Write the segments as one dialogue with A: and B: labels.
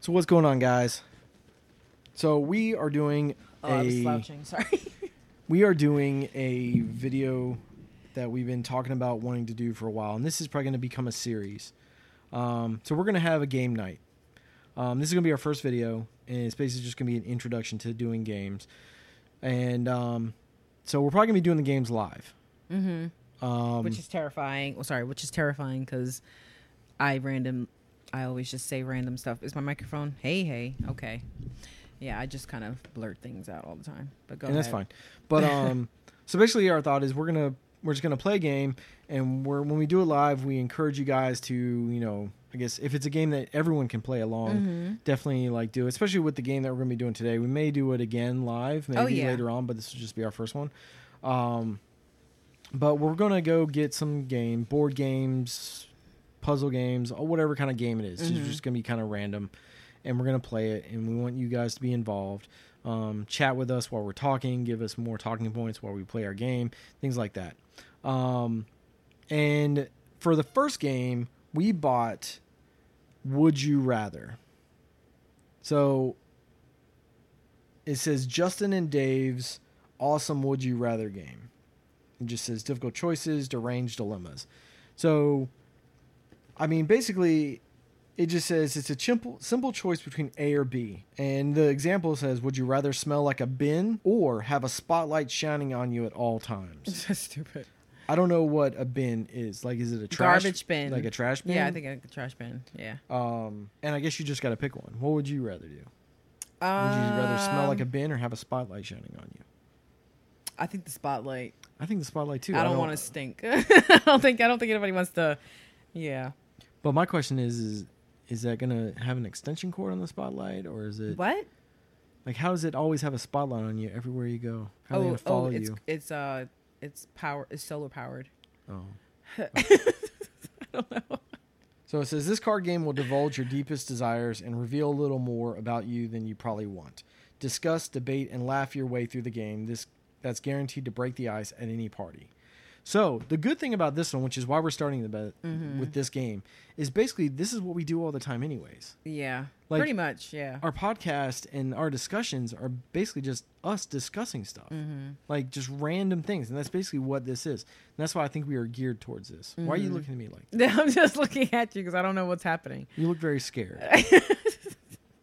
A: So what's going on, guys? So we are doing
B: Oh, I was
A: a-
B: slouching. Sorry.
A: we are doing a video that we've been talking about wanting to do for a while, and this is probably going to become a series. Um, so we're going to have a game night. Um, this is going to be our first video, and it's basically just going to be an introduction to doing games. And um, so we're probably going to be doing the games live.
B: hmm
A: Um,
B: which is terrifying. Well, sorry, which is terrifying because I random. I always just say random stuff. Is my microphone? Hey, hey. Okay. Yeah, I just kind of blurt things out all the time. But go.
A: and that's
B: ahead.
A: fine. But um, so basically, our thought is we're gonna we're just gonna play a game, and we're when we do it live, we encourage you guys to you know I guess if it's a game that everyone can play along,
B: Mm-hmm.
A: definitely like do it. Especially with the game that we're gonna be doing today, we may do it again live, maybe
B: Oh, yeah.
A: later on, but this will just be our first one. Um, but we're gonna go get some game board games, puzzle games, or whatever kind of game it is.
B: Mm-hmm.
A: It's just gonna be kind of random, and we're gonna play it, and we want you guys to be involved. Um, chat with us while we're talking, give us more talking points while we play our game, things like that. Um, and for the first game, we bought Would You Rather. So it says Justin and Dave's awesome Would You Rather game. It just says difficult choices, deranged dilemmas. So, I mean, basically, it just says it's a simple, simple choice between A or B. And the example says, Would you rather smell like a bin or have a spotlight shining on you at all times?
B: That's stupid.
A: I don't know what a bin is. Like, is it a trash
B: Garbage bin.
A: Like a trash bin?
B: Yeah, I think a trash bin. Yeah.
A: Um, and I guess you just got to pick one. What would you rather do? Would you rather
B: Um,
A: smell like a bin or have a spotlight shining on you?
B: I think the spotlight.
A: I think the spotlight too.
B: I don't want to stink. I don't think. I don't think anybody wants to. Yeah.
A: But my question is, is is that gonna have an extension cord on the spotlight, or is it
B: What?
A: like how does it always have a spotlight on you everywhere you go? How are they
B: Oh,
A: gonna follow
B: oh, it's
A: you?
B: it's uh, it's power. It's solar powered.
A: Oh.
B: I don't know.
A: So it says this card game will divulge your deepest desires and reveal a little more about you than you probably want. Discuss, debate, and laugh your way through the game. This that's guaranteed to break the ice at any party. So the good thing about this one, which is why we're starting the bet with this game, is basically this is what we do all the time, anyways.
B: Yeah.
A: Like-
B: Pretty much. Yeah.
A: Our podcast and our discussions are basically just us discussing stuff, like just random things, and that's basically what this is. And that's why I think we are geared towards this. Why are you looking at me like?
B: I'm just looking at you because I don't know what's happening.
A: You look very scared.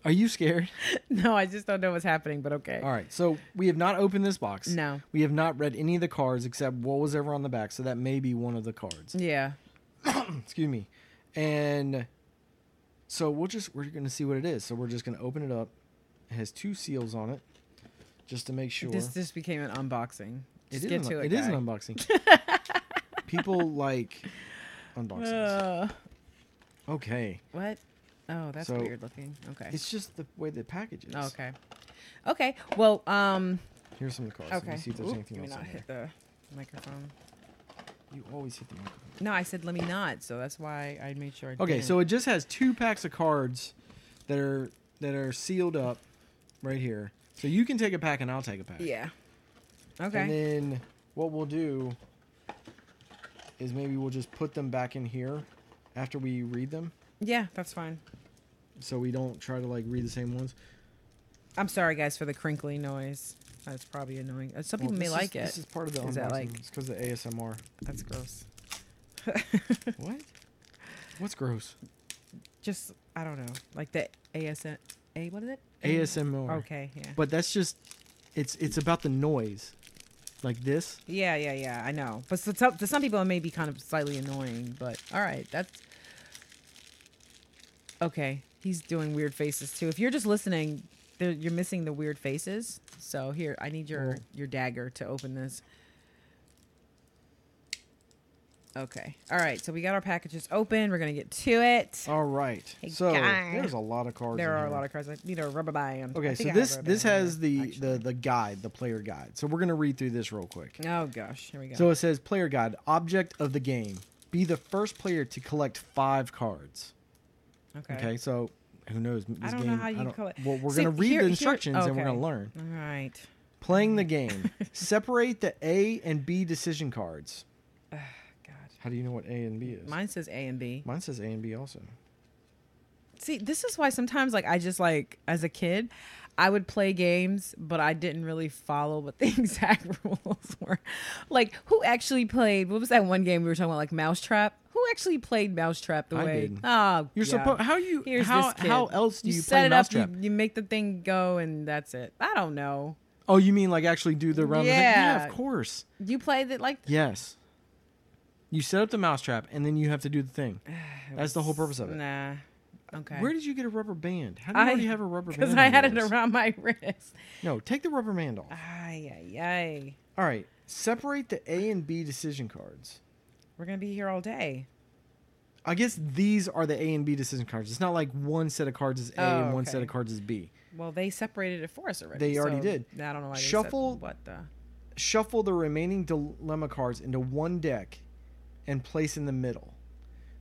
A: Are you scared?
B: No, I just don't know what's happening, but okay.
A: All right. So we have not opened this box.
B: No.
A: We have not read any of the cards except what was ever on the back. So that may be one of the cards.
B: Yeah.
A: Excuse me. And so we'll just, we're going to see what it is. So we're just going to open it up. It has two seals on it just to make sure.
B: This just became an unboxing.
A: It
B: Just
A: is
B: get
A: an-
B: to it.
A: it is
B: guy.
A: an unboxing. People like unboxings.
B: Uh,
A: Okay.
B: what? Oh, that's
A: So-
B: weird looking. Okay. Oh,
A: It's just the way the package is.
B: okay. Okay. Well, um,
A: Here's some of the cards. Let
B: okay.
A: me see if there's
B: Oop,
A: anything
B: let me
A: else
B: not
A: in
B: hit
A: here.
B: the microphone.
A: You always hit the microphone.
B: No, I said let me not, so that's why I made sure I
A: Okay,
B: didn't.
A: so it just has two packs of cards that are that are sealed up right here. So you can take a pack and I'll take a pack.
B: Yeah.
A: And
B: Okay.
A: then what we'll do is maybe we'll just put them back in here after we read them
B: Yeah, that's fine.
A: so we don't try to like read the same ones.
B: I'm sorry guys for the crinkly noise. That's probably annoying. Uh, Some
A: Well,
B: people may
A: this is-
B: like it.
A: This is part of the
B: Is
A: unboxing.
B: that like-
A: It's because the ASMR.
B: That's gross.
A: what? What's gross?
B: Mm. Just I don't know, like the ASN. A what is it?
A: ASMR.
B: Okay. Yeah.
A: But that's just it's it's about the noise. Like this.
B: yeah, yeah, yeah. I know, but so, so, to some people it may be kind of slightly annoying. But all right, that's okay. He's doing weird faces too. If you're just listening, there- you're missing the weird faces. So here, I need your
A: Oh.
B: your dagger to open this. Okay. All right. So we got our packages open. We're gonna get to it.
A: All right.
B: Hey,
A: so
B: guy.
A: there's a lot of cards.
B: There
A: in
B: are a
A: here.
B: lot of cards. I need a rubber band. I
A: Okay,
B: think
A: so
B: I have a
A: this
B: rubber
A: this
B: band
A: has
B: here,
A: the, the
B: actually.
A: the guide, the player guide. So we're gonna read through this real quick.
B: Oh gosh, here we go.
A: So it says player guide, object of the game. Be the first player to collect five cards.
B: okay.
A: Okay, so who knows? This
B: I don't
A: game,
B: know how you
A: don't-
B: call it.
A: Well, we're
B: See,
A: gonna read
B: here-
A: the
B: here-
A: instructions and we're
B: okay.
A: gonna learn.
B: All right.
A: Playing the game. Separate the A and B decision cards.
B: God.
A: How do you know what A and B is?
B: Mine says A and B.
A: Mine says A and B also.
B: See, this is why sometimes, like, I just like as a kid, I would play games, but I didn't really follow what the exact rules were. Like, who actually played? What was that one game we were talking about? Like Mousetrap. Who actually played Mousetrap the
A: I
B: way?
A: didn't.
B: Oh,
A: You're
B: yeah.
A: supposed how you
B: Here's
A: how
B: this kid.
A: how else do you,
B: set
A: play
B: it
A: mousetrap?
B: up? You, you make the thing go, and that's it. I don't know.
A: Oh, you mean like actually do the round? of- yeah
B: Yeah.
A: of course.
B: You played it like
A: Yes. You set up the mousetrap and then you have to do the thing. That's the whole purpose of it.
B: Nah. Okay.
A: Where did you get a rubber band? How do you already have a rubber band?
B: Because I
A: on
B: had it
A: yours?
B: around my wrist.
A: No, take the rubber band off.
B: Ay, ay, ay.
A: All right. Separate the A and B decision cards.
B: We're going to be here all day.
A: I guess these are the A and B decision cards. It's not like one set of cards is A
B: Oh,
A: and one
B: okay.
A: set of cards is B.
B: Well, they separated it for us already.
A: They already
B: so
A: did.
B: I don't know why they
A: Shuffle-
B: said what the.
A: Shuffle the remaining dilemma cards into one deck and place in the middle.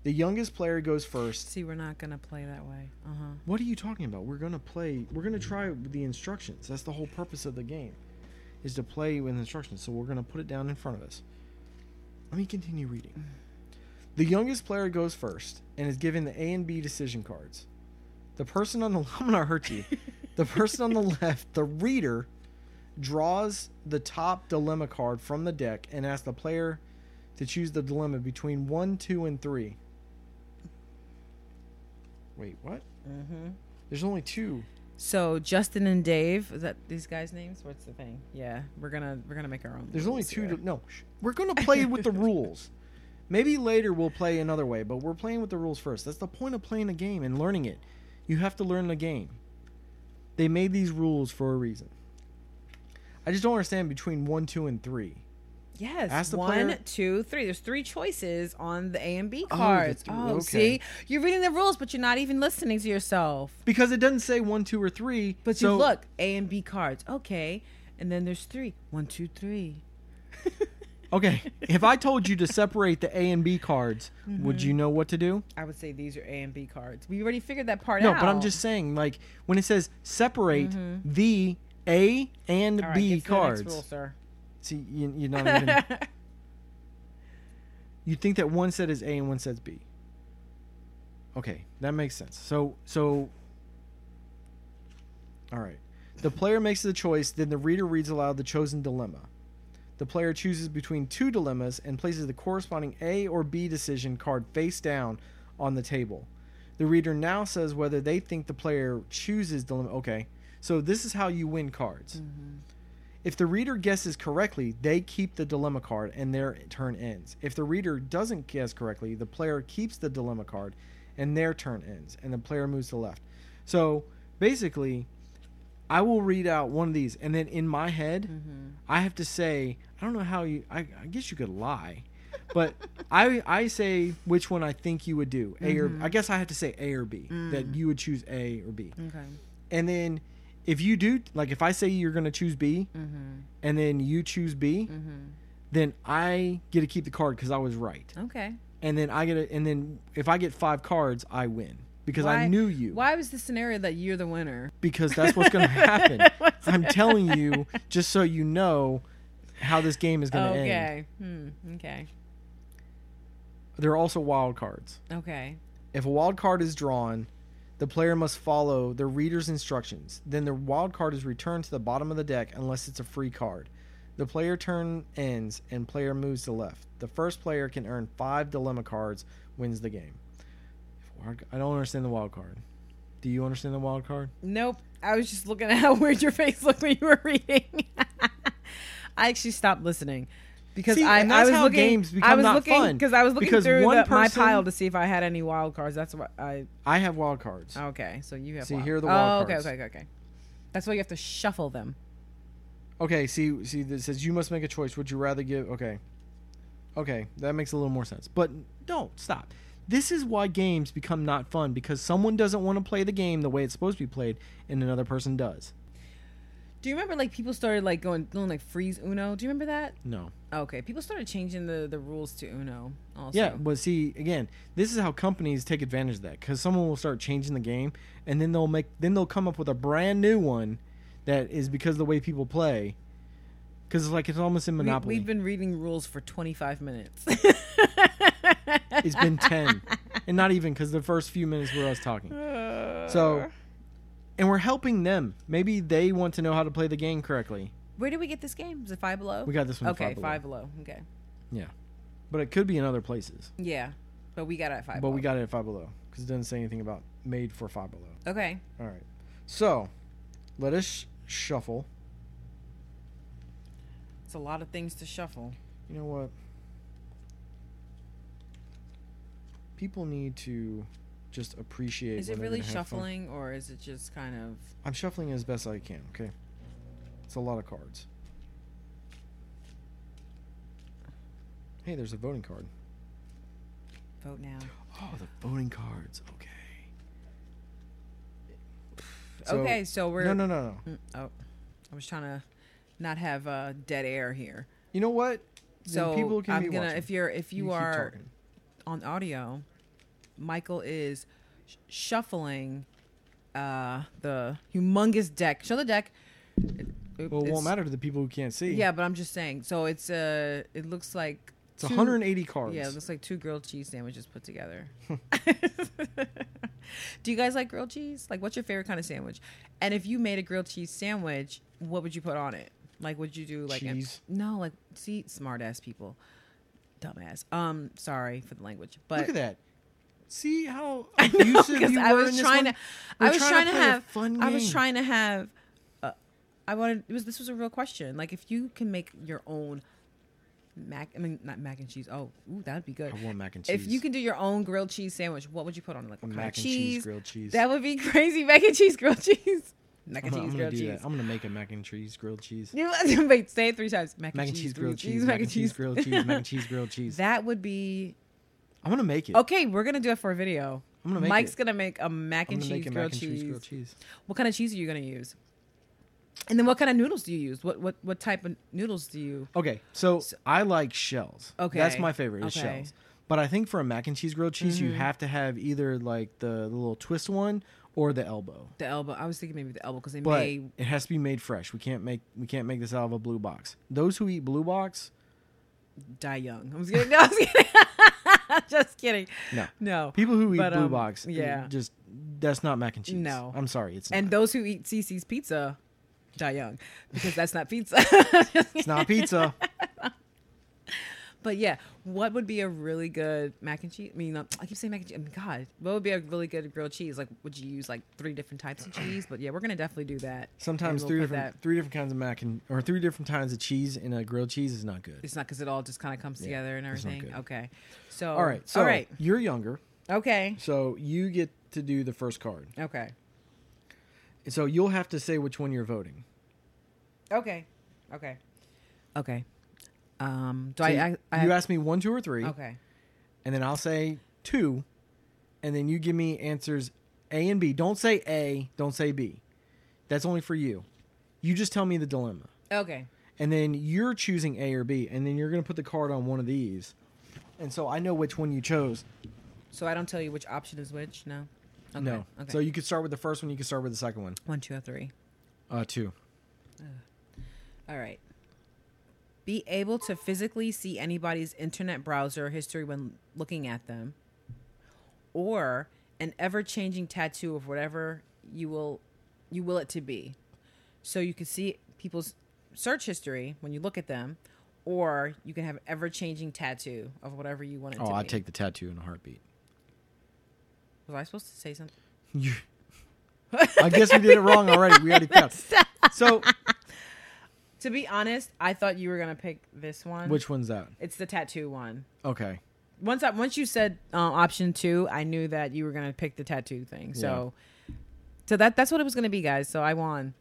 A: The youngest player goes first.
B: See, we're not going to play that way. Uh huh.
A: What are you talking about? We're going to play, we're going to try the instructions. That's the whole purpose of the game is to play with instructions. So we're going to put it down in front of us. Let me continue reading. The youngest player goes first and is given the A and B decision cards. The person on the I'm gonna hurt you. The person on the left, the reader, draws the top dilemma card from the deck and asks the player to choose the dilemma between one, two, and three. Wait, what?
B: Mm-hmm.
A: There's only two.
B: So Justin and Dave, is that these guys' names? What's the thing? Yeah, we're gonna we're gonna make our own.
A: There's only
B: rules
A: two.
B: here.
A: di- no, sh- we're gonna play with the rules. Maybe later we'll play another way, but we're playing with the rules first. That's the point of playing a game and learning it. You have to learn the game. They made these rules for a reason. I just don't understand between one, two, and three.
B: Yes.
A: Ask the
B: one,
A: player-
B: two, three. There's three choices on the A and B
A: Oh, the
B: cards.
A: th-
B: Oh,
A: okay.
B: see, you're reading the rules, but you're not even listening to yourself.
A: Because it doesn't say one, two, or three.
B: But
A: so
B: you look A and B cards. Okay, and then there's three. One, two, three.
A: Okay, if I told you to separate the A and B cards,
B: Mm-hmm.
A: would you know what to do?
B: I would say these are A and B cards. We already figured that part
A: No,
B: out.
A: but I'm just saying, like when it says separate the A and
B: Mm-hmm. All right,
A: B
B: get to the next
A: cards.
B: rule, sir.
A: See, you, you're not even. you think that one set is A and one set's B. Okay, that makes sense. So so All right. The player makes the choice, then the reader reads aloud the chosen dilemma. The player chooses between two dilemmas and places the corresponding A or B decision card face down on the table. The reader now says whether they think the player chooses dilemma. Okay. So this is how you win cards. If the reader guesses correctly, they keep the dilemma card and their turn ends. If the reader doesn't guess correctly, the player keeps the dilemma card and their turn ends, and the player moves to left. So basically, I will read out one of these, and then in my head,
B: Mm-hmm.
A: I have to say, I don't know how you, I, I guess you could lie, but I, I say which one I think you would do. A
B: Mm-hmm.
A: or I guess I have to say A or B,
B: Mm.
A: that you would choose A or B.
B: okay.
A: And then if you do, like if I say you're going to choose B,
B: Mm-hmm.
A: and then you choose B, then I get to keep the card because I was right.
B: Okay.
A: And then I get to, and then if I get five cards, I win because I
B: Why-
A: knew you.
B: Why was the scenario that you're the winner?
A: Because that's what's going to happen. I'm telling you, just so you know how this game is going to end.
B: Okay. Hmm. Okay.
A: There are also wild cards.
B: Okay.
A: If a wild card is drawn, the player must follow the reader's instructions. Then the wild card is returned to the bottom of the deck unless it's a free card. The player turn ends and player moves to left. The first player can earn five dilemma cards, wins the game. If a wild- I don't understand the wild card. Do you understand the wild card?
B: Nope. I was just looking at how weird your face looked when you were reading. I actually stopped listening because
A: See,
B: I,
A: and
B: I
A: that's
B: was
A: how
B: looking.
A: games
B: I
A: become
B: was
A: not
B: looking
A: fun,
B: because I was looking
A: because
B: through
A: one
B: the- my
A: person-
B: pile to see if I had any wild cards. That's what I.
A: I have wild cards.
B: Okay, so you have.
A: See,
B: wild.
A: here are the wild
B: oh,
A: cards.
B: Okay, okay, okay, okay. That's why you have to shuffle them.
A: Okay, see, see, this says you must make a choice. Would you rather give? Okay, okay, that makes a little more sense. But don't stop. This is why games become not fun because someone doesn't want to play the game the way it's supposed to be played, and another person does.
B: Do you remember like people started like going doing like freeze Uno? Do you remember that?
A: No.
B: Okay, people started changing the the rules to Uno. Also,
A: Yeah, but see, again, this is how companies take advantage of that because someone will start changing the game, and then they'll make, then they'll come up with a brand new one that is because of the way people play. Because like it's almost in Monopoly.
B: We, have been reading rules for 25 minutes.
A: It's been ten. and not even because the first few minutes were us talking. So, and we're helping them. Maybe they want to know how to play the game correctly.
B: Where did we get this game? Was it Five Below?
A: We got this one. at
B: okay,
A: Five Below.
B: Okay,
A: Yeah, but it could be in other places.
B: yeah, but we got it at Five.
A: but
B: Below.
A: we got it at Five Below because it doesn't say anything about made for Five Below.
B: okay.
A: All right, so let us sh- shuffle.
B: It's a lot of things to shuffle.
A: You know what? People need to just appreciate.
B: Is it
A: when they're
B: really
A: gonna have fun.
B: shuffling, or is it just kind of?
A: I'm shuffling as best I can. Okay, it's a lot of cards. Hey, there's a voting card.
B: Vote now.
A: Oh, the voting cards. Okay.
B: okay, so we're
A: No, no, no, no.
B: Mm, Oh, I was trying to not have uh, dead air here.
A: You know what? Then
B: So
A: people can
B: I'm
A: be
B: gonna
A: watching.
B: if you're if you,
A: keep
B: are
A: talking.
B: on audio, Michael is sh- shuffling uh the humongous deck. Show the deck. It- it-
A: Well, it
B: it's-
A: won't matter to the people who can't see.
B: Yeah, but I'm just saying. So it's uh it looks like
A: It's
B: two-
A: 180 cards.
B: Yeah, it looks like two grilled cheese sandwiches put together. Do you guys like grilled cheese? Like, what's your favorite kind of sandwich? And if you made a grilled cheese sandwich, what would you put on it? Like, would you do like an-
A: Cheese.
B: no, like see, smart ass people, dumbass. Um, sorry for the language, but
A: Look at that. See how
B: I know
A: abusive
B: because
A: you
B: I
A: were
B: was
A: in this
B: trying
A: one?
B: to,
A: We're
B: I was
A: trying
B: trying
A: to
B: to,
A: play a
B: have
A: fun
B: I was
A: game.
B: trying to have. Uh, I wanted it was this was a real question. Like if you can make your own mac, I mean not mac and cheese. Oh, ooh, that'd be good.
A: I want mac and
B: If you
A: cheese.
B: can do your own grilled cheese sandwich, what would you put on it? Like what kind
A: Mac
B: of
A: and cheese,
B: cheese?
A: grilled cheese.
B: That would be crazy. Mac and cheese, grilled cheese. Mac
A: I'm, gonna- I'm
B: and cheese,
A: gonna
B: grilled
A: do
B: cheese.
A: that. I'm gonna make a mac and cheese grilled cheese.
B: You wait, say it three times. Mac,
A: Mac
B: and cheese, grilled cheese,
A: mac and cheese grilled cheese, mac and cheese grilled cheese.
B: That would be
A: I'm gonna make it.
B: okay. We're gonna do it for a video.
A: I'm gonna make
B: Mike's
A: it.
B: gonna make a mac
A: I'm
B: and
A: gonna
B: cheese
A: make a mac
B: grilled
A: and cheese
B: cheese.
A: grilled cheese.
B: What kind of cheese are you gonna use? And then what kind of noodles do you use? What what what type of noodles do you?
A: Okay, so, I like shells. Okay, that's
B: Okay,
A: my favorite is
B: okay. Mm-hmm.
A: shells. But I think for a mac and cheese grilled cheese, you have to have either like the, the little twist one or the elbow.
B: The elbow. I was thinking maybe the elbow because they
A: But
B: may.
A: it has to be made fresh. We can't make we can't make this out of a blue box. Those who eat blue box,
B: die young. I'm just kidding. No, I'm just kidding. just kidding.
A: No.
B: No.
A: people who eat
B: But,
A: blue
B: um,
A: box,
B: yeah.
A: just that's not mac and cheese.
B: No.
A: I'm sorry, it's not.
B: And those who eat CC's pizza die young because that's not pizza.
A: it's not pizza.
B: but yeah, what would be a really good mac and cheese? I mean, uh, I keep saying mac and cheese. I mean, God, what would be a really good grilled cheese? Like, would you use like three different types of cheese? But yeah, we're gonna definitely do that. And
A: Sometimes
B: we'll
A: three
B: put
A: different
B: that-
A: three different kinds of mac and or three different kinds of cheese in a grilled cheese is not good.
B: It's not because it all just kind of comes together and
A: it's not
B: everything.
A: good.
B: Okay, so
A: All right, so
B: all right,
A: you're younger,
B: okay,
A: so you get to do the first card.
B: okay,
A: So you'll have to say which one you're voting.
B: okay, okay, okay. Um, do
A: So
B: I,
A: you,
B: I, I?
A: you ask me one, two, or three,
B: Okay,
A: and then I'll say two, and then you give me answers A and B. Don't say A, don't say B. That's only for you. You just tell me the dilemma,
B: okay.
A: and then you're choosing A or B, and then you're gonna put the card on one of these, and so I know which one you chose.
B: So I don't tell you which option is which. No. Okay.
A: No,
B: Okay.
A: so you could start with the first one. You could start with the second one.
B: one, two, or three.
A: Uh, two.
B: All right. Be able to physically see anybody's internet browser history when looking at them, or an ever-changing tattoo of whatever you will you will it to be. So you can see people's search history when you look at them, or you can have an ever-changing tattoo of whatever you want it to
A: Oh, I
B: be.
A: take the tattoo in a heartbeat.
B: Was I supposed to say something?
A: You- I guess we did it wrong already. We already passed. So,
B: To be honest, I thought you were gonna pick this one.
A: which one's that?
B: It's the tattoo one.
A: Okay.
B: once I, once you said uh, option two, I knew that you were gonna pick the tattoo thing. So, so that that's what it was gonna be, guys. So I won.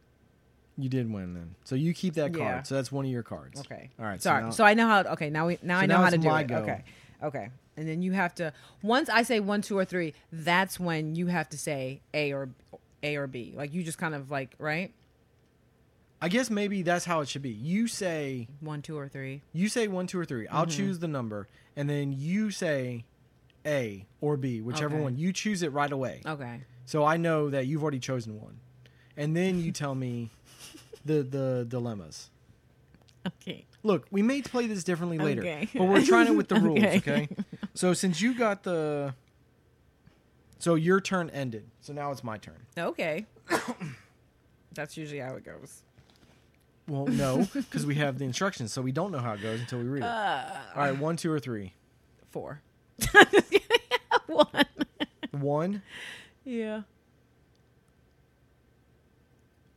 A: You did win then. So you keep that card.
B: Yeah.
A: So that's one of your cards.
B: Okay.
A: All right.
B: Sorry. So,
A: now-
B: I know how. Okay. Now we now
A: So
B: I know
A: now
B: how
A: it's
B: to do
A: my
B: it.
A: go.
B: Okay. Okay. And then you have to once I say one, two, or three. That's when you have to say A or A or B. Like you just kind of like right
A: I guess maybe that's how it should be. You say
B: one, two, or three.
A: you say one, two, or 3 i I'll
B: Mm-hmm.
A: choose the number, and then you say A or B, whichever
B: Okay. Oh.
A: one. You choose it right away.
B: Okay.
A: So I know that you've already chosen one, and then you tell me the the dilemmas.
B: Okay.
A: Look, we may play this differently later,
B: Okay.
A: but we're trying it with the rules.
B: Okay.
A: Okay. So since you got the So your turn ended. So now it's my turn.
B: Okay. That's usually how it goes.
A: Well, no, because we have the instructions, so we don't know how it goes until we read it.
B: Uh,
A: All right, one, two, or three.
B: Four. One.
A: One.
B: Yeah.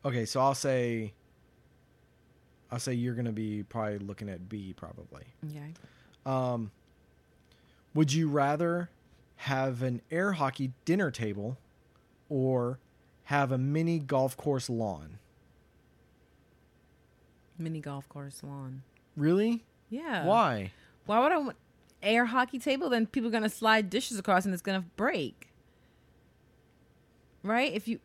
A: Okay, so I'll say. I'll say you're gonna be probably looking at B probably.
B: Okay.
A: Um, would you rather have an air hockey dinner table, or have a mini golf course lawn?
B: Mini golf course lawn.
A: Really?
B: Yeah.
A: Why?
B: Why would I want air hockey table? Then people are gonna slide dishes across and it's gonna break. Right? If you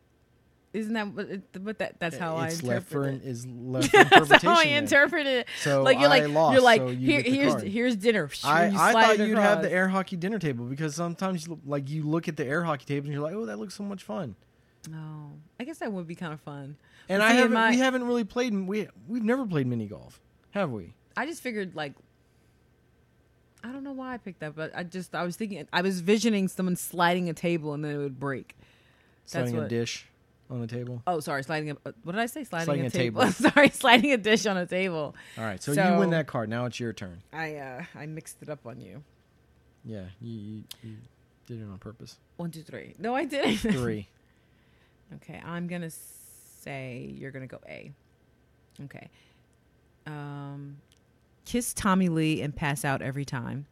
B: isn't that what? it- But that that's how I
A: it's
B: interpret
A: left for
B: it.
A: an, is left for
B: That's how
A: interpretation
B: I
A: then.
B: interpret it.
A: So
B: like you're like
A: I lost,
B: you're like
A: so you
B: here
A: get the
B: here's
A: card.
B: here's dinner.
A: I,
B: You
A: I
B: slide
A: thought
B: it
A: you'd have
B: across.
A: the air hockey dinner table because sometimes you, like you look at the air hockey table and you're like, oh, that looks so much fun.
B: No, I guess that would be kind of fun.
A: And
B: But
A: I
B: see, in
A: haven't,
B: my-
A: we haven't really played. We we've never played mini golf, have we?
B: I just figured like I don't know why I picked that, but I just I was thinking I was visioning someone sliding a table and then it would break.
A: Sliding a
B: what-
A: dish on the table.
B: Oh, sorry, sliding a what did I say? Sliding,
A: Sliding
B: a,
A: a
B: table.
A: table.
B: sorry, sliding a dish on a table.
A: All right, so, you
B: So-
A: win that card. Now it's your turn.
B: I uh I mixed it up on you.
A: Yeah, you, you, you did it on purpose.
B: One, two, three. No, I didn't.
A: Three.
B: Okay, I'm gonna say you're gonna go A. Okay. Um, kiss Tommy Lee and pass out every time.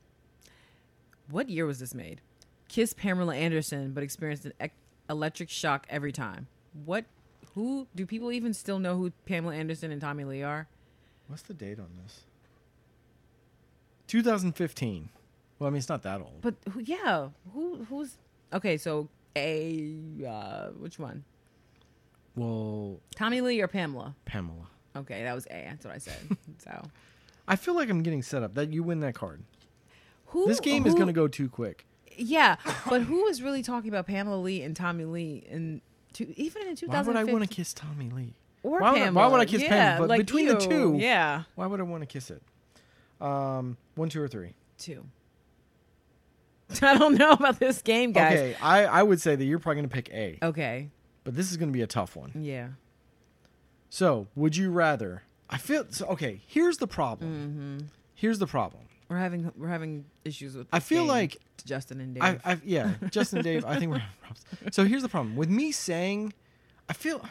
B: What year was this made? Kiss Pamela Anderson but experienced an ec- electric shock every time. What? Who? Do people even still know who Pamela Anderson and Tommy Lee are?
A: What's the date on this? 2015. Well, I mean, it's not that old.
B: But who? Yeah. Who? Who's? Okay, so A. Uh, which one?
A: Well,
B: Tommy Lee or Pamela?
A: Pamela.
B: Okay, that was A. That's what I said. so
A: I feel like I'm getting set up. That you win that card.
B: who?
A: This game is
B: who-
A: going to go too quick.
B: Yeah, but who is really talking about Pamela Lee and Tommy Lee and to, even in
A: Why would I
B: 2015?
A: want to kiss Tommy Lee?
B: or
A: why would I- why
B: Pamela?
A: would I kiss
B: yeah,
A: Pamela? But
B: like,
A: between the
B: ew,
A: two-
B: yeah,
A: Why would I want to kiss it? Um, one, two, or three.
B: two. I don't know about this game, guys.
A: Okay, I, I would say that you're probably going to pick A,
B: Okay,
A: but this is going to be a tough one.
B: yeah,
A: So, would you rather? I feel so, okay. Here's the problem.
B: Mm-hmm.
A: Here's the problem.
B: we're having we're having issues with.
A: I
B: this
A: feel
B: game,
A: like-
B: Justin and Dave.
A: I, I yeah, Justin, Dave. I think we're having problems. So here's the problem with me saying, I feel,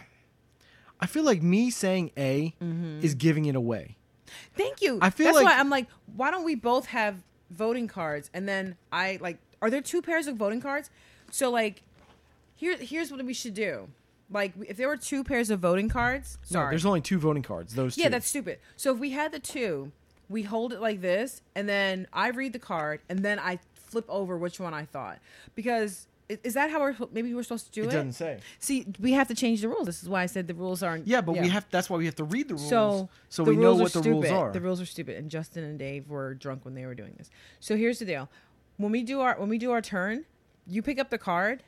A: I feel like me saying A
B: Mm-hmm.
A: is giving it away.
B: Thank you.
A: I feel
B: that's
A: like-
B: why I'm like, why don't we both have voting cards? And then I like, are there two pairs of voting cards? So like, here here's what we should do. Like, if there were two pairs of voting cards,
A: No,
B: sorry,
A: there's only two voting cards. Those two.
B: yeah, that's stupid. So if we had the two, we hold it like this, and then I read the card, and then I flip over which one I thought. Because i- is that how we're maybe we're supposed to do
A: it
B: it?
A: doesn't say.
B: See, we have to change the rules. This is why I said the rules aren't.
A: Yeah, but we have. That's why we have to read the rules,
B: So,
A: so,
B: the
A: we know
B: rules are
A: what the rules
B: stupid.
A: are.
B: The rules are stupid, and Justin and Dave were drunk when they were doing this. So here's the deal: when we do our when we do our turn, you pick up the card,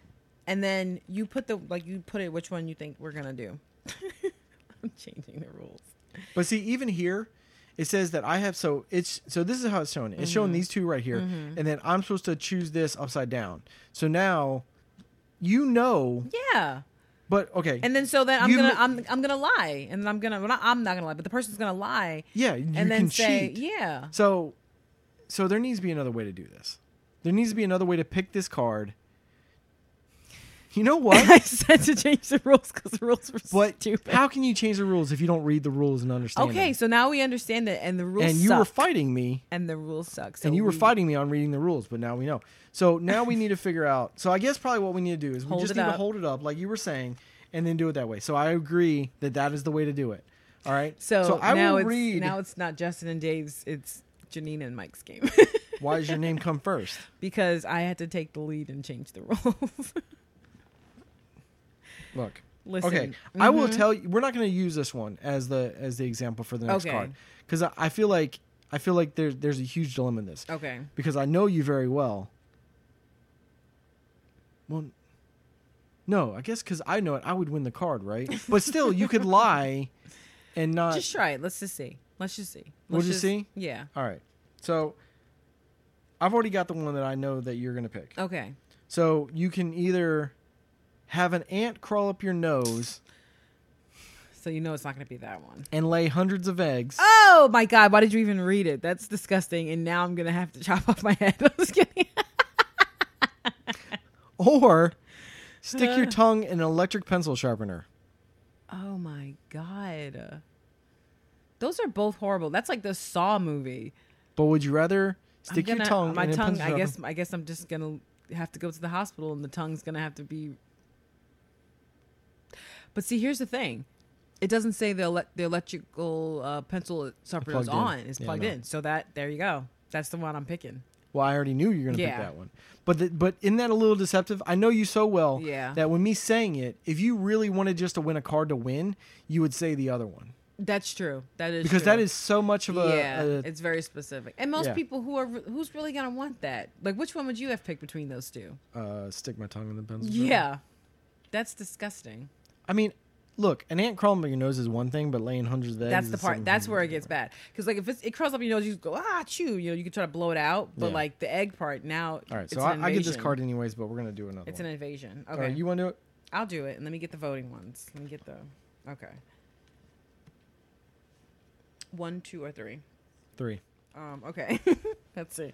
B: and then you put the like you put it which one you think we're gonna do. I'm changing the rules.
A: But see, even here, it says that I have so it's so this is how it's shown. It's
B: Mm-hmm.
A: showing these two right here, and then I'm supposed to choose this upside down. So now, you know,
B: Yeah,
A: but okay,
B: and then so then I'm
A: You
B: gonna
A: ma-
B: I'm I'm gonna lie, and then I'm gonna well, not, I'm not gonna lie, but the person's gonna lie,
A: yeah, you
B: and then
A: can
B: say
A: cheat.
B: yeah.
A: So, so there needs to be another way to do this. There needs to be another way to pick this card. You know what?
B: I said to change the rules because the rules were
A: What?
B: stupid.
A: How can you change the rules if you don't read the rules and understand?
B: Okay,
A: them?
B: so now we understand it, and the rules
A: and you
B: suck.
A: were fighting me
B: and the rules suck. So
A: and you were
B: we-
A: fighting me on reading the rules, but now we know. So now we need to figure out. So I guess probably what we need to do is we
B: Hold
A: just
B: it
A: need
B: up.
A: to hold it up, like you were saying, and then do it that way. So I agree that that is the way to do it. All right.
B: So,
A: I
B: now
A: will
B: it's
A: read.
B: now it's not Justin and Dave's. It's Janine and Mike's game
A: why does your name come first?
B: because I had to take the lead and change the rules.
A: Look.
B: Listen, Mm-hmm.
A: okay. I will tell you. We're not going to use this one as the as the example for the next
B: Okay.
A: card because I, I feel like I feel like there's there's a huge dilemma in this
B: okay.
A: because I know you very well. Well, no, I guess because I know it, I would win the card, right? But still, you could lie and not.
B: Just try it. Let's just see. Let's Uh, just see.
A: We'll
B: Let's
A: just see?
B: Yeah. Oh.
A: All right. So I've already got the one that I know that you're going to pick.
B: Okay.
A: So you can either have an ant crawl up your nose
B: So you know it's not going to be that one.
A: and lay hundreds of eggs.
B: Oh my god! Why did you even read it? That's disgusting. And now I'm gonna have to chop off my head. I'm just kidding. Oh.
A: or stick your tongue in an electric pencil sharpener.
B: oh my god. Those are both horrible. That's like the Saw movie.
A: But would you rather
B: I'm
A: stick your
B: gonna- uh,
A: tongue
B: My
A: in a
B: tongue.
A: pencil
B: I guess.
A: sharpener?
B: I guess I'm just gonna have to go to the hospital, and the tongue's gonna have to be. But see, here's the thing. It doesn't say the ele- the electrical uh, pencil sharpener is
A: plugged in.
B: on. It's
A: Yeah, I
B: plugged
A: know.
B: in. So that there you go. That's the one I'm picking.
A: Well, I already knew you were going to
B: Yeah.
A: pick that one. But the, but isn't that a little deceptive? I know you so well
B: Yeah.
A: that when me saying it, if you really wanted just to win a card to win, you would say the other one
B: That's true. That is
A: because
B: true.
A: that is so much of a,
B: yeah,
A: a-
B: it's very specific. And most
A: Yeah.
B: people who are who's really gonna want that? Like, which one would you have picked between those two?
A: uh, stick my tongue in the pencil. sharpener.
B: Yeah, that's disgusting.
A: I mean, look, an ant crawling up your nose is one thing, but laying hundreds of eggs.
B: That's
A: is
B: the part.
A: something
B: That's where it
A: completely
B: gets bad. Because like if it's, it crawls up your nose, you go ah chew. You know, you can try to blow it out, but
A: Yeah.
B: like the egg part now.
A: different. All right,
B: it's
A: so
B: an
A: I, I get this
B: invasion.
A: card anyways, but we're gonna do another.
B: It's
A: one.
B: an invasion.
A: All
B: Okay,
A: right, you want to do it?
B: I'll do it, and let me get the voting ones. Let me get the okay. One, two, or three.
A: Three.
B: Um, okay. Let's see.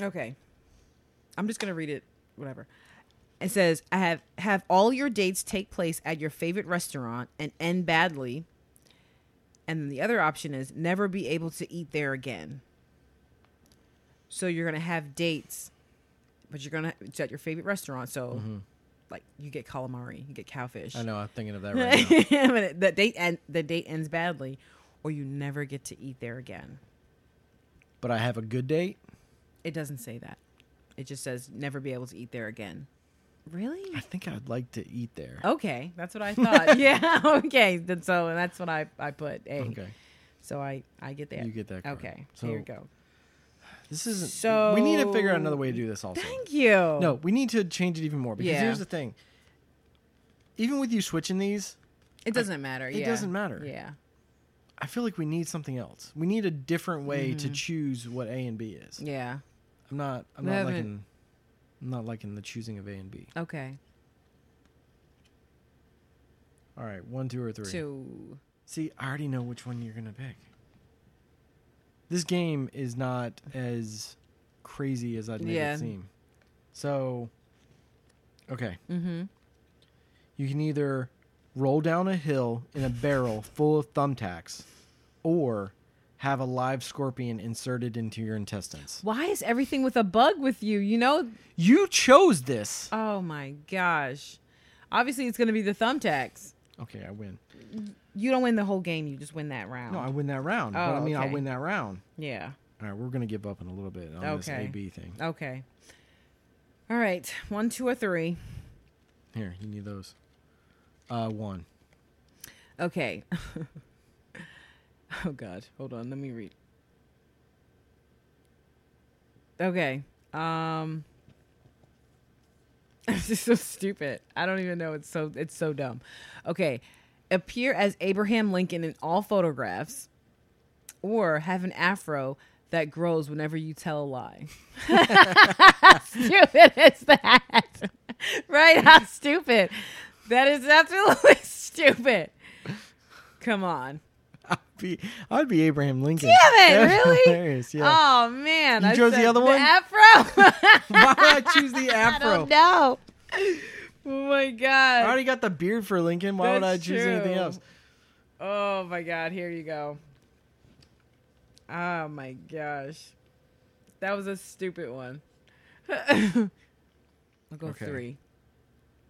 B: okay. I'm just gonna read it, whatever. It says, I have have all your dates take place at your favorite restaurant and end badly. And then the other option is never be able to eat there again. So you're gonna have dates, but you're gonna it's at your favorite restaurant, so like you get calamari, you get cowfish.
A: I know. I'm thinking of that right now.
B: But the date end, the date ends badly, or you never get to eat there again.
A: But I have a good date.
B: It doesn't say that. It just says never be able to eat there again.
A: I
B: Really?
A: think I'd like to eat there.
B: Okay, that's what I thought. yeah. Okay. Then so and that's what I I put A.
A: Okay,
B: So I I get that.
A: You get that card.
B: Okay.
A: So-
B: here we go.
A: this isn't.
B: So-
A: we need to figure out another way to do this. Also,
B: Thank you.
A: no, we need to change it even more because
B: Oh. Yeah.
A: here's the thing. Even with you switching these,
B: it doesn't matter.
A: it
B: yeah.
A: doesn't matter.
B: Yeah.
A: I feel like we need something else. We need a different way to choose what A and B is.
B: Yeah.
A: I'm not. I'm
B: Mm-hmm. We
A: not
B: haven't-
A: liking. I'm not liking the choosing of A and B.
B: Okay.
A: All right, one, two, or three.
B: Two.
A: See, I already know which one you're gonna pick. This game is not as crazy as I'd make
B: Yeah.
A: it seem. So, okay,
B: Mm-hmm.
A: you can either roll down a hill in a barrel full of thumbtacks, or have a live scorpion inserted into your intestines.
B: Why is everything with a bug with you? You know
A: You chose this.
B: Oh my gosh. Obviously, it's going to be the thumbtacks.
A: Okay, I win.
B: You don't win the whole game, you just win that round.
A: No, I win that round.
B: Oh,
A: but I mean, I
B: okay.
A: win that round.
B: yeah.
A: All right, we're gonna give up in a little bit on this
B: Okay.
A: AB thing.
B: Okay. All right. One, two, or three.
A: Here, you need those. Uh, one.
B: Okay. oh, God. Hold on. Let me read. Okay. Um,. This is so stupid. I don't even know. It's so it's so dumb. Okay, appear as Abraham Lincoln in all photographs, or have an afro that grows whenever you tell a lie. how stupid is that? right? How stupid? That is absolutely stupid. Come on.
A: be, I'd be Abraham Lincoln.
B: Damn it,
A: That's
B: really?
A: hilarious, yeah.
B: Oh man.
A: You
B: I
A: chose the
B: said
A: other one?
B: afro.
A: Why would I choose the
B: I
A: afro?
B: don't
A: I,
B: know. Oh my god.
A: already got the beard for Lincoln. Why would I
B: That's
A: choose anything
B: true.
A: else?
B: Oh my god, here you go. Oh my gosh. That was a stupid one. I'll go
A: Okay.
B: three.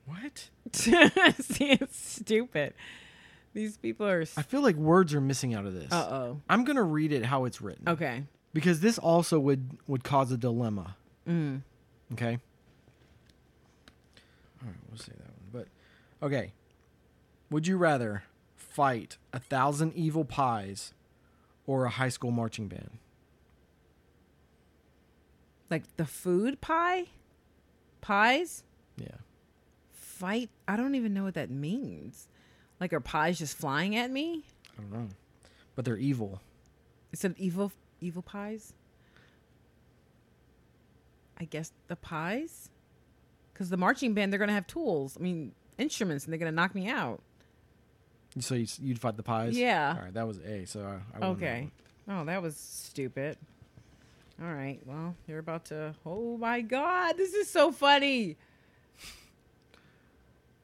A: What?
B: See, it's stupid. These people are.
A: I feel like words are missing out of this.
B: Uh oh.
A: I'm gonna read it how it's written.
B: Okay.
A: Because this also would would cause a dilemma.
B: Mm.
A: Okay. All right, we'll say that one. But okay, would you rather fight a thousand evil pies or a high school marching band?
B: Like the food pie? Pies?
A: Yeah.
B: Fight? I don't even know what that means. Like, are pies just flying at me?
A: I don't know. But they're evil.
B: Instead of evil, evil pies? I guess the pies, because the marching band they're gonna have tools. I mean instruments, and they're gonna knock me out.
A: So you, you'd fight the pies.
B: Yeah.
A: All right, that was A. So I, I won that
B: Okay.
A: one.
B: Oh, that was stupid. All right. Well, you're about to. Oh my God, this is so funny.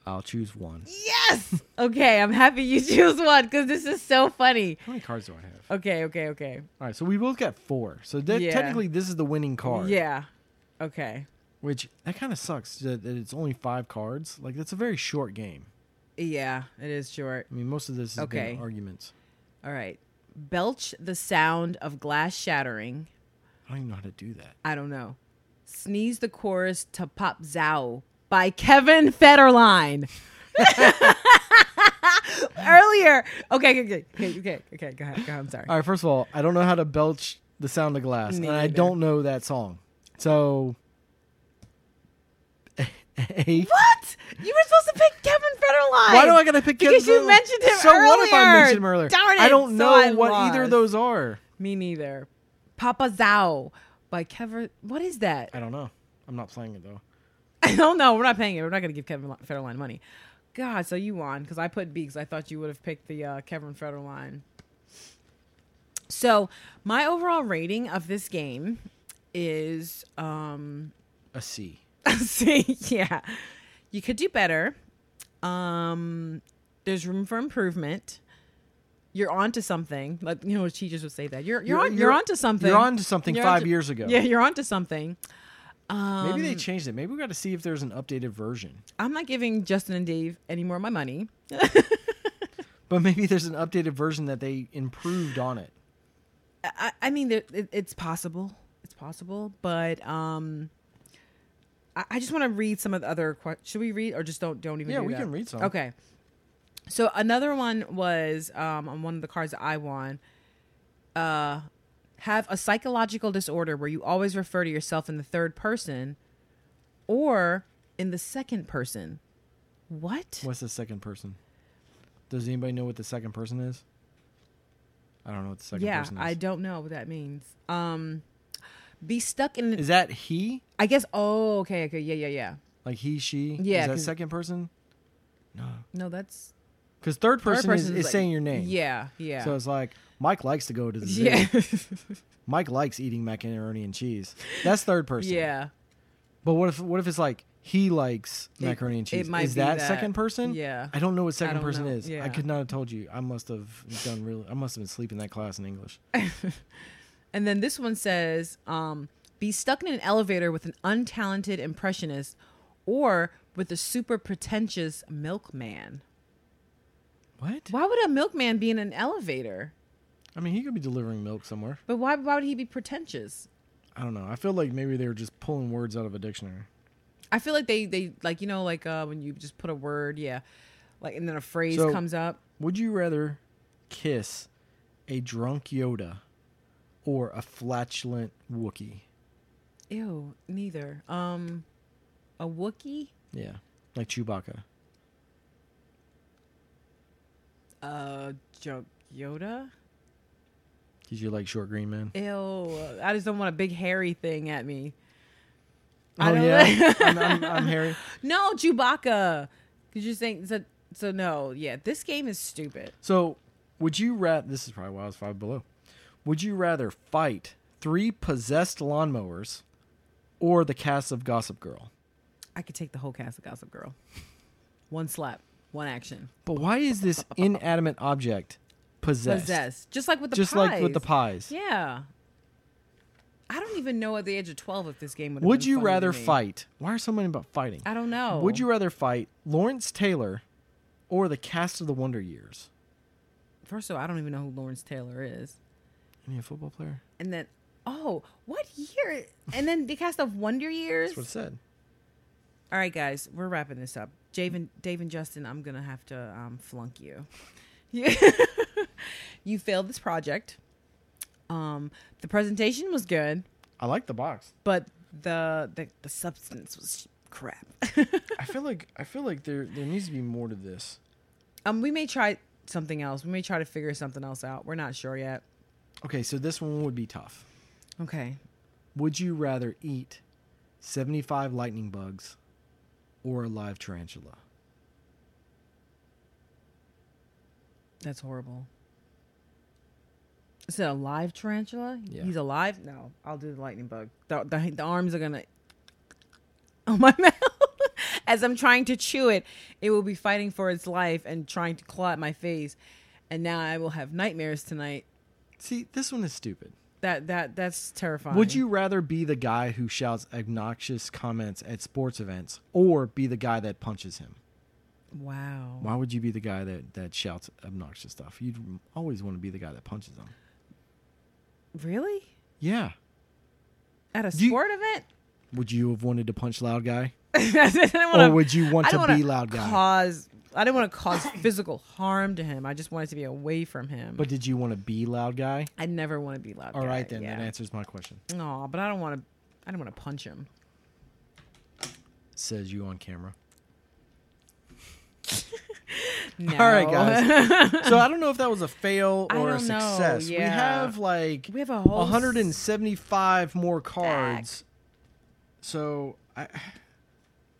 A: I'll choose one.
B: Yes. okay, I'm happy you choose one because this is so funny.
A: How many cards do I have?
B: Okay. Okay. Okay.
A: All right, so we both got four. So that,
B: Yeah.
A: technically, this is the winning card.
B: Yeah. Okay.
A: Which that kind of sucks that, that it's only five cards. Like that's a very short game.
B: Yeah, it is short.
A: I mean, most of this is
B: Okay.
A: been arguments.
B: All right. Belch the sound of glass shattering.
A: I don't even know how to do that.
B: I don't know. Sneeze the chorus to Pop Zao by Kevin Federline. Earlier. Okay, okay, okay, okay, okay, go ahead, go ahead. I'm sorry.
A: All right, first of all, I don't know how to belch the sound of glass,
B: Me
A: and I
B: neither.
A: don't know that song. So, A.
B: What? You were supposed to pick Kevin Federline.
A: Why do I gotta pick?
B: Because
A: Kevin
B: you
A: Dillon?
B: mentioned him
A: So what if I
B: earlier?
A: mentioned him earlier?
B: Darn
A: I
B: it,
A: don't
B: so
A: know
B: I
A: what either of
B: lost.
A: those are.
B: Me neither. Papa Zao by Kevin. What is that?
A: I don't know. I'm not playing it though.
B: I don't know. Oh, We're not paying it. We're not going to give Kevin Federline money. God, so you won because I put B because I thought you would have picked the uh, Kevin Federline. So my overall rating of this game is um
A: A C.
B: see yeah you could do better um there's room for improvement you're on to something like you know teachers would say that you're you're, on you're, on to something
A: You're on to something
B: You're
A: five
B: onto-
A: years ago.
B: yeah you're on to something um
A: Maybe they changed it. Maybe we got to see if there's an updated version.
B: i'm not giving justin and dave any more of my money
A: But maybe there's an updated version that they improved on it.
B: I, I mean, there, it, it's possible. It's possible, but um, I, I just want to read some of the other. que- Should we read or just don't don't even?
A: Yeah,
B: do
A: we
B: that?
A: can read some.
B: Okay. So another one was um, on one of the cards that I won. Uh, have a psychological disorder where you always refer to yourself in the third person, or in the second person. What?
A: What's the second person? Does anybody know what the second person is? I don't know what the second
B: yeah,
A: person is.
B: I don't know what that means. Um, be stuck in.
A: Is that he?
B: I guess. Oh, okay, okay, yeah, yeah, yeah.
A: Like he, she?
B: Yeah,
A: Is that
B: 'cause-
A: second person? No.
B: No, that's
A: Because third person is,
B: person's
A: is
B: like-
A: saying your name.
B: yeah, yeah,
A: So it's like Mike likes to go to the zoo.
B: yeah,
A: Mike likes eating macaroni and cheese. That's third person.
B: yeah.
A: But what if what if it's like he likes
B: It-
A: macaroni and
B: it
A: cheese?
B: might
A: is
B: be
A: that,
B: that.
A: second person?
B: Yeah.
A: I don't know what second
B: don't
A: person
B: know.
A: is.
B: Yeah.
A: I could not have told you. I must have done really. I must have been sleeping that class in English.
B: And then this one says, um, "Be stuck in an elevator with an untalented impressionist, or with a super pretentious milkman."
A: What?
B: Why would a milkman be in an elevator?
A: I mean, he could be delivering milk somewhere.
B: But why? Why would he be pretentious?
A: I don't know. I feel like maybe they were just pulling words out of a dictionary.
B: I feel like they they like you know like uh, when you just put a word, yeah, like and then a phrase
A: So-
B: comes up.
A: Would you rather kiss a drunk Yoda or a flatulent Wookiee?
B: Ew, neither. Um, a Wookie.
A: Yeah, like Chewbacca.
B: Uh, junk Yoda.
A: Did you like short green man?
B: Ew, I just don't want a big hairy thing at me. I
A: oh
B: don't
A: yeah,
B: know.
A: I'm, I'm, I'm Harry.
B: No, Chewbacca. Because you're saying so. So no, yeah, this game is stupid.
A: So, would you rather? This is probably why I was five below. Would you rather fight three possessed lawnmowers or the cast of Gossip Girl?
B: I could take the whole cast of Gossip Girl. One slap, one action.
A: But why is this inanimate object possessed?
B: Possessed, just like with the
A: Just
B: pies.
A: like with the pies.
B: Yeah. I don't even know at the age of twelve if this game would.
A: Would you rather fight? Why are so many about fighting?
B: I don't know.
A: Would you rather fight Lawrence Taylor or the cast of The Wonder Years?
B: First of all, I don't even know who Lawrence Taylor is.
A: Any a football player?
B: And then, oh, what year? And then the cast of Wonder Years.
A: That's what it said.
B: All right, guys, we're wrapping this up. Dave and, Dave and Justin, I'm gonna have to um, flunk you. You- you failed this project. Um, the presentation was good,
A: I like the box.
B: but the the, the substance was crap.
A: I feel like I feel like there there needs to be more to this.
B: um, we may try something else. We may try to figure something else out. We're not sure yet.
A: Okay, so this one would be tough.
B: Okay.
A: Would you rather eat 75 lightning bugs or a live tarantula.
B: That's horrible. Is it a live tarantula?
A: Yeah.
B: He's alive? No, I'll do the lightning bug. The, the, the arms are gonna. Oh my mouth! As I'm trying to chew it, it will be fighting for its life and trying to claw at my face, and now I will have nightmares tonight.
A: See, this one is stupid.
B: That that that's terrifying.
A: Would you rather be the guy who shouts obnoxious comments at sports events or be the guy that punches him?
B: Wow.
A: Why would you be the guy that, that shouts obnoxious stuff? You'd always want to be the guy that punches them.
B: Really?
A: Yeah.
B: At a
A: Do you-
B: sport event?
A: Would you have wanted to punch loud guy?
B: I didn't wanna-
A: or would you want
B: I
A: to
B: didn't
A: be
B: wanna
A: loud guy?
B: Cause I didn't want to cause physical harm to him. I just wanted to be away from him.
A: But did you want to be loud guy?
B: I never want to be loud.
A: All right then, that answers my question.
B: No, but I don't want to. I don't want to punch him.
A: Says you on camera.
B: No.
A: All right, guys. so I don't know if that was a fail
B: I
A: or a
B: don't know,
A: success. We
B: yeah.
A: have like
B: We have a whole
A: 175 more cards. So I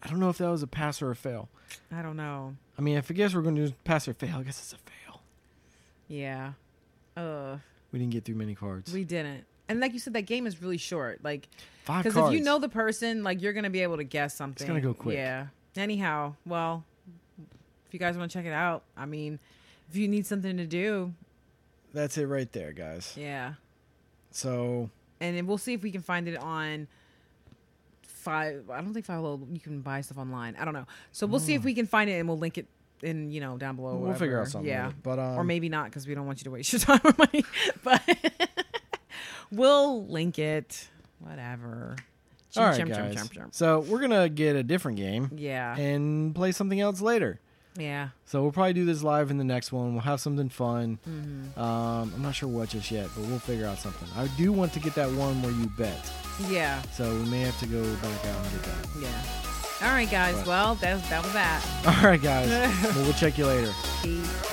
A: I don't know if that was a pass or a fail.
B: I don't know.
A: I mean, if I guess we're going to do pass or fail, I guess it's a fail.
B: Yeah. Uh,
A: We didn't get through many cards.
B: we didn't. And like you said, that game is really short. Like,
A: Five
B: because
A: cards.
B: if you know the person, like you're gonna be able to guess something.
A: gonna go quick.
B: Yeah. Anyhow, well, if you guys want to check it out, I mean, if you need something to do,
A: That's it right there, guys.
B: yeah.
A: So
B: and then we'll see if we can find it on five i don't think five Below- you can buy stuff online i don't know so we'll see if we can find it and we'll link it in you know down below or
A: Mm. we'll figure
B: whatever.
A: out something.
B: yeah
A: with it. But um,
B: or maybe not because we don't want you to waste your time or money but we'll link it whatever
A: all right,
B: Chim, chim, chim,
A: guys.
B: chim, chim.
A: So we're gonna get a different game
B: yeah
A: and play something else later.
B: yeah
A: So we'll probably do this live in the next one. We'll have something fun.
B: Mm-hmm.
A: Um, I'm not sure what just yet, but we'll figure out something. I do want to get that one where you bet,
B: yeah
A: so we may have to go back out and get that.
B: yeah all right guys
A: But-
B: well that's that was that
A: All right, guys. well, we'll check you later.
B: Peace.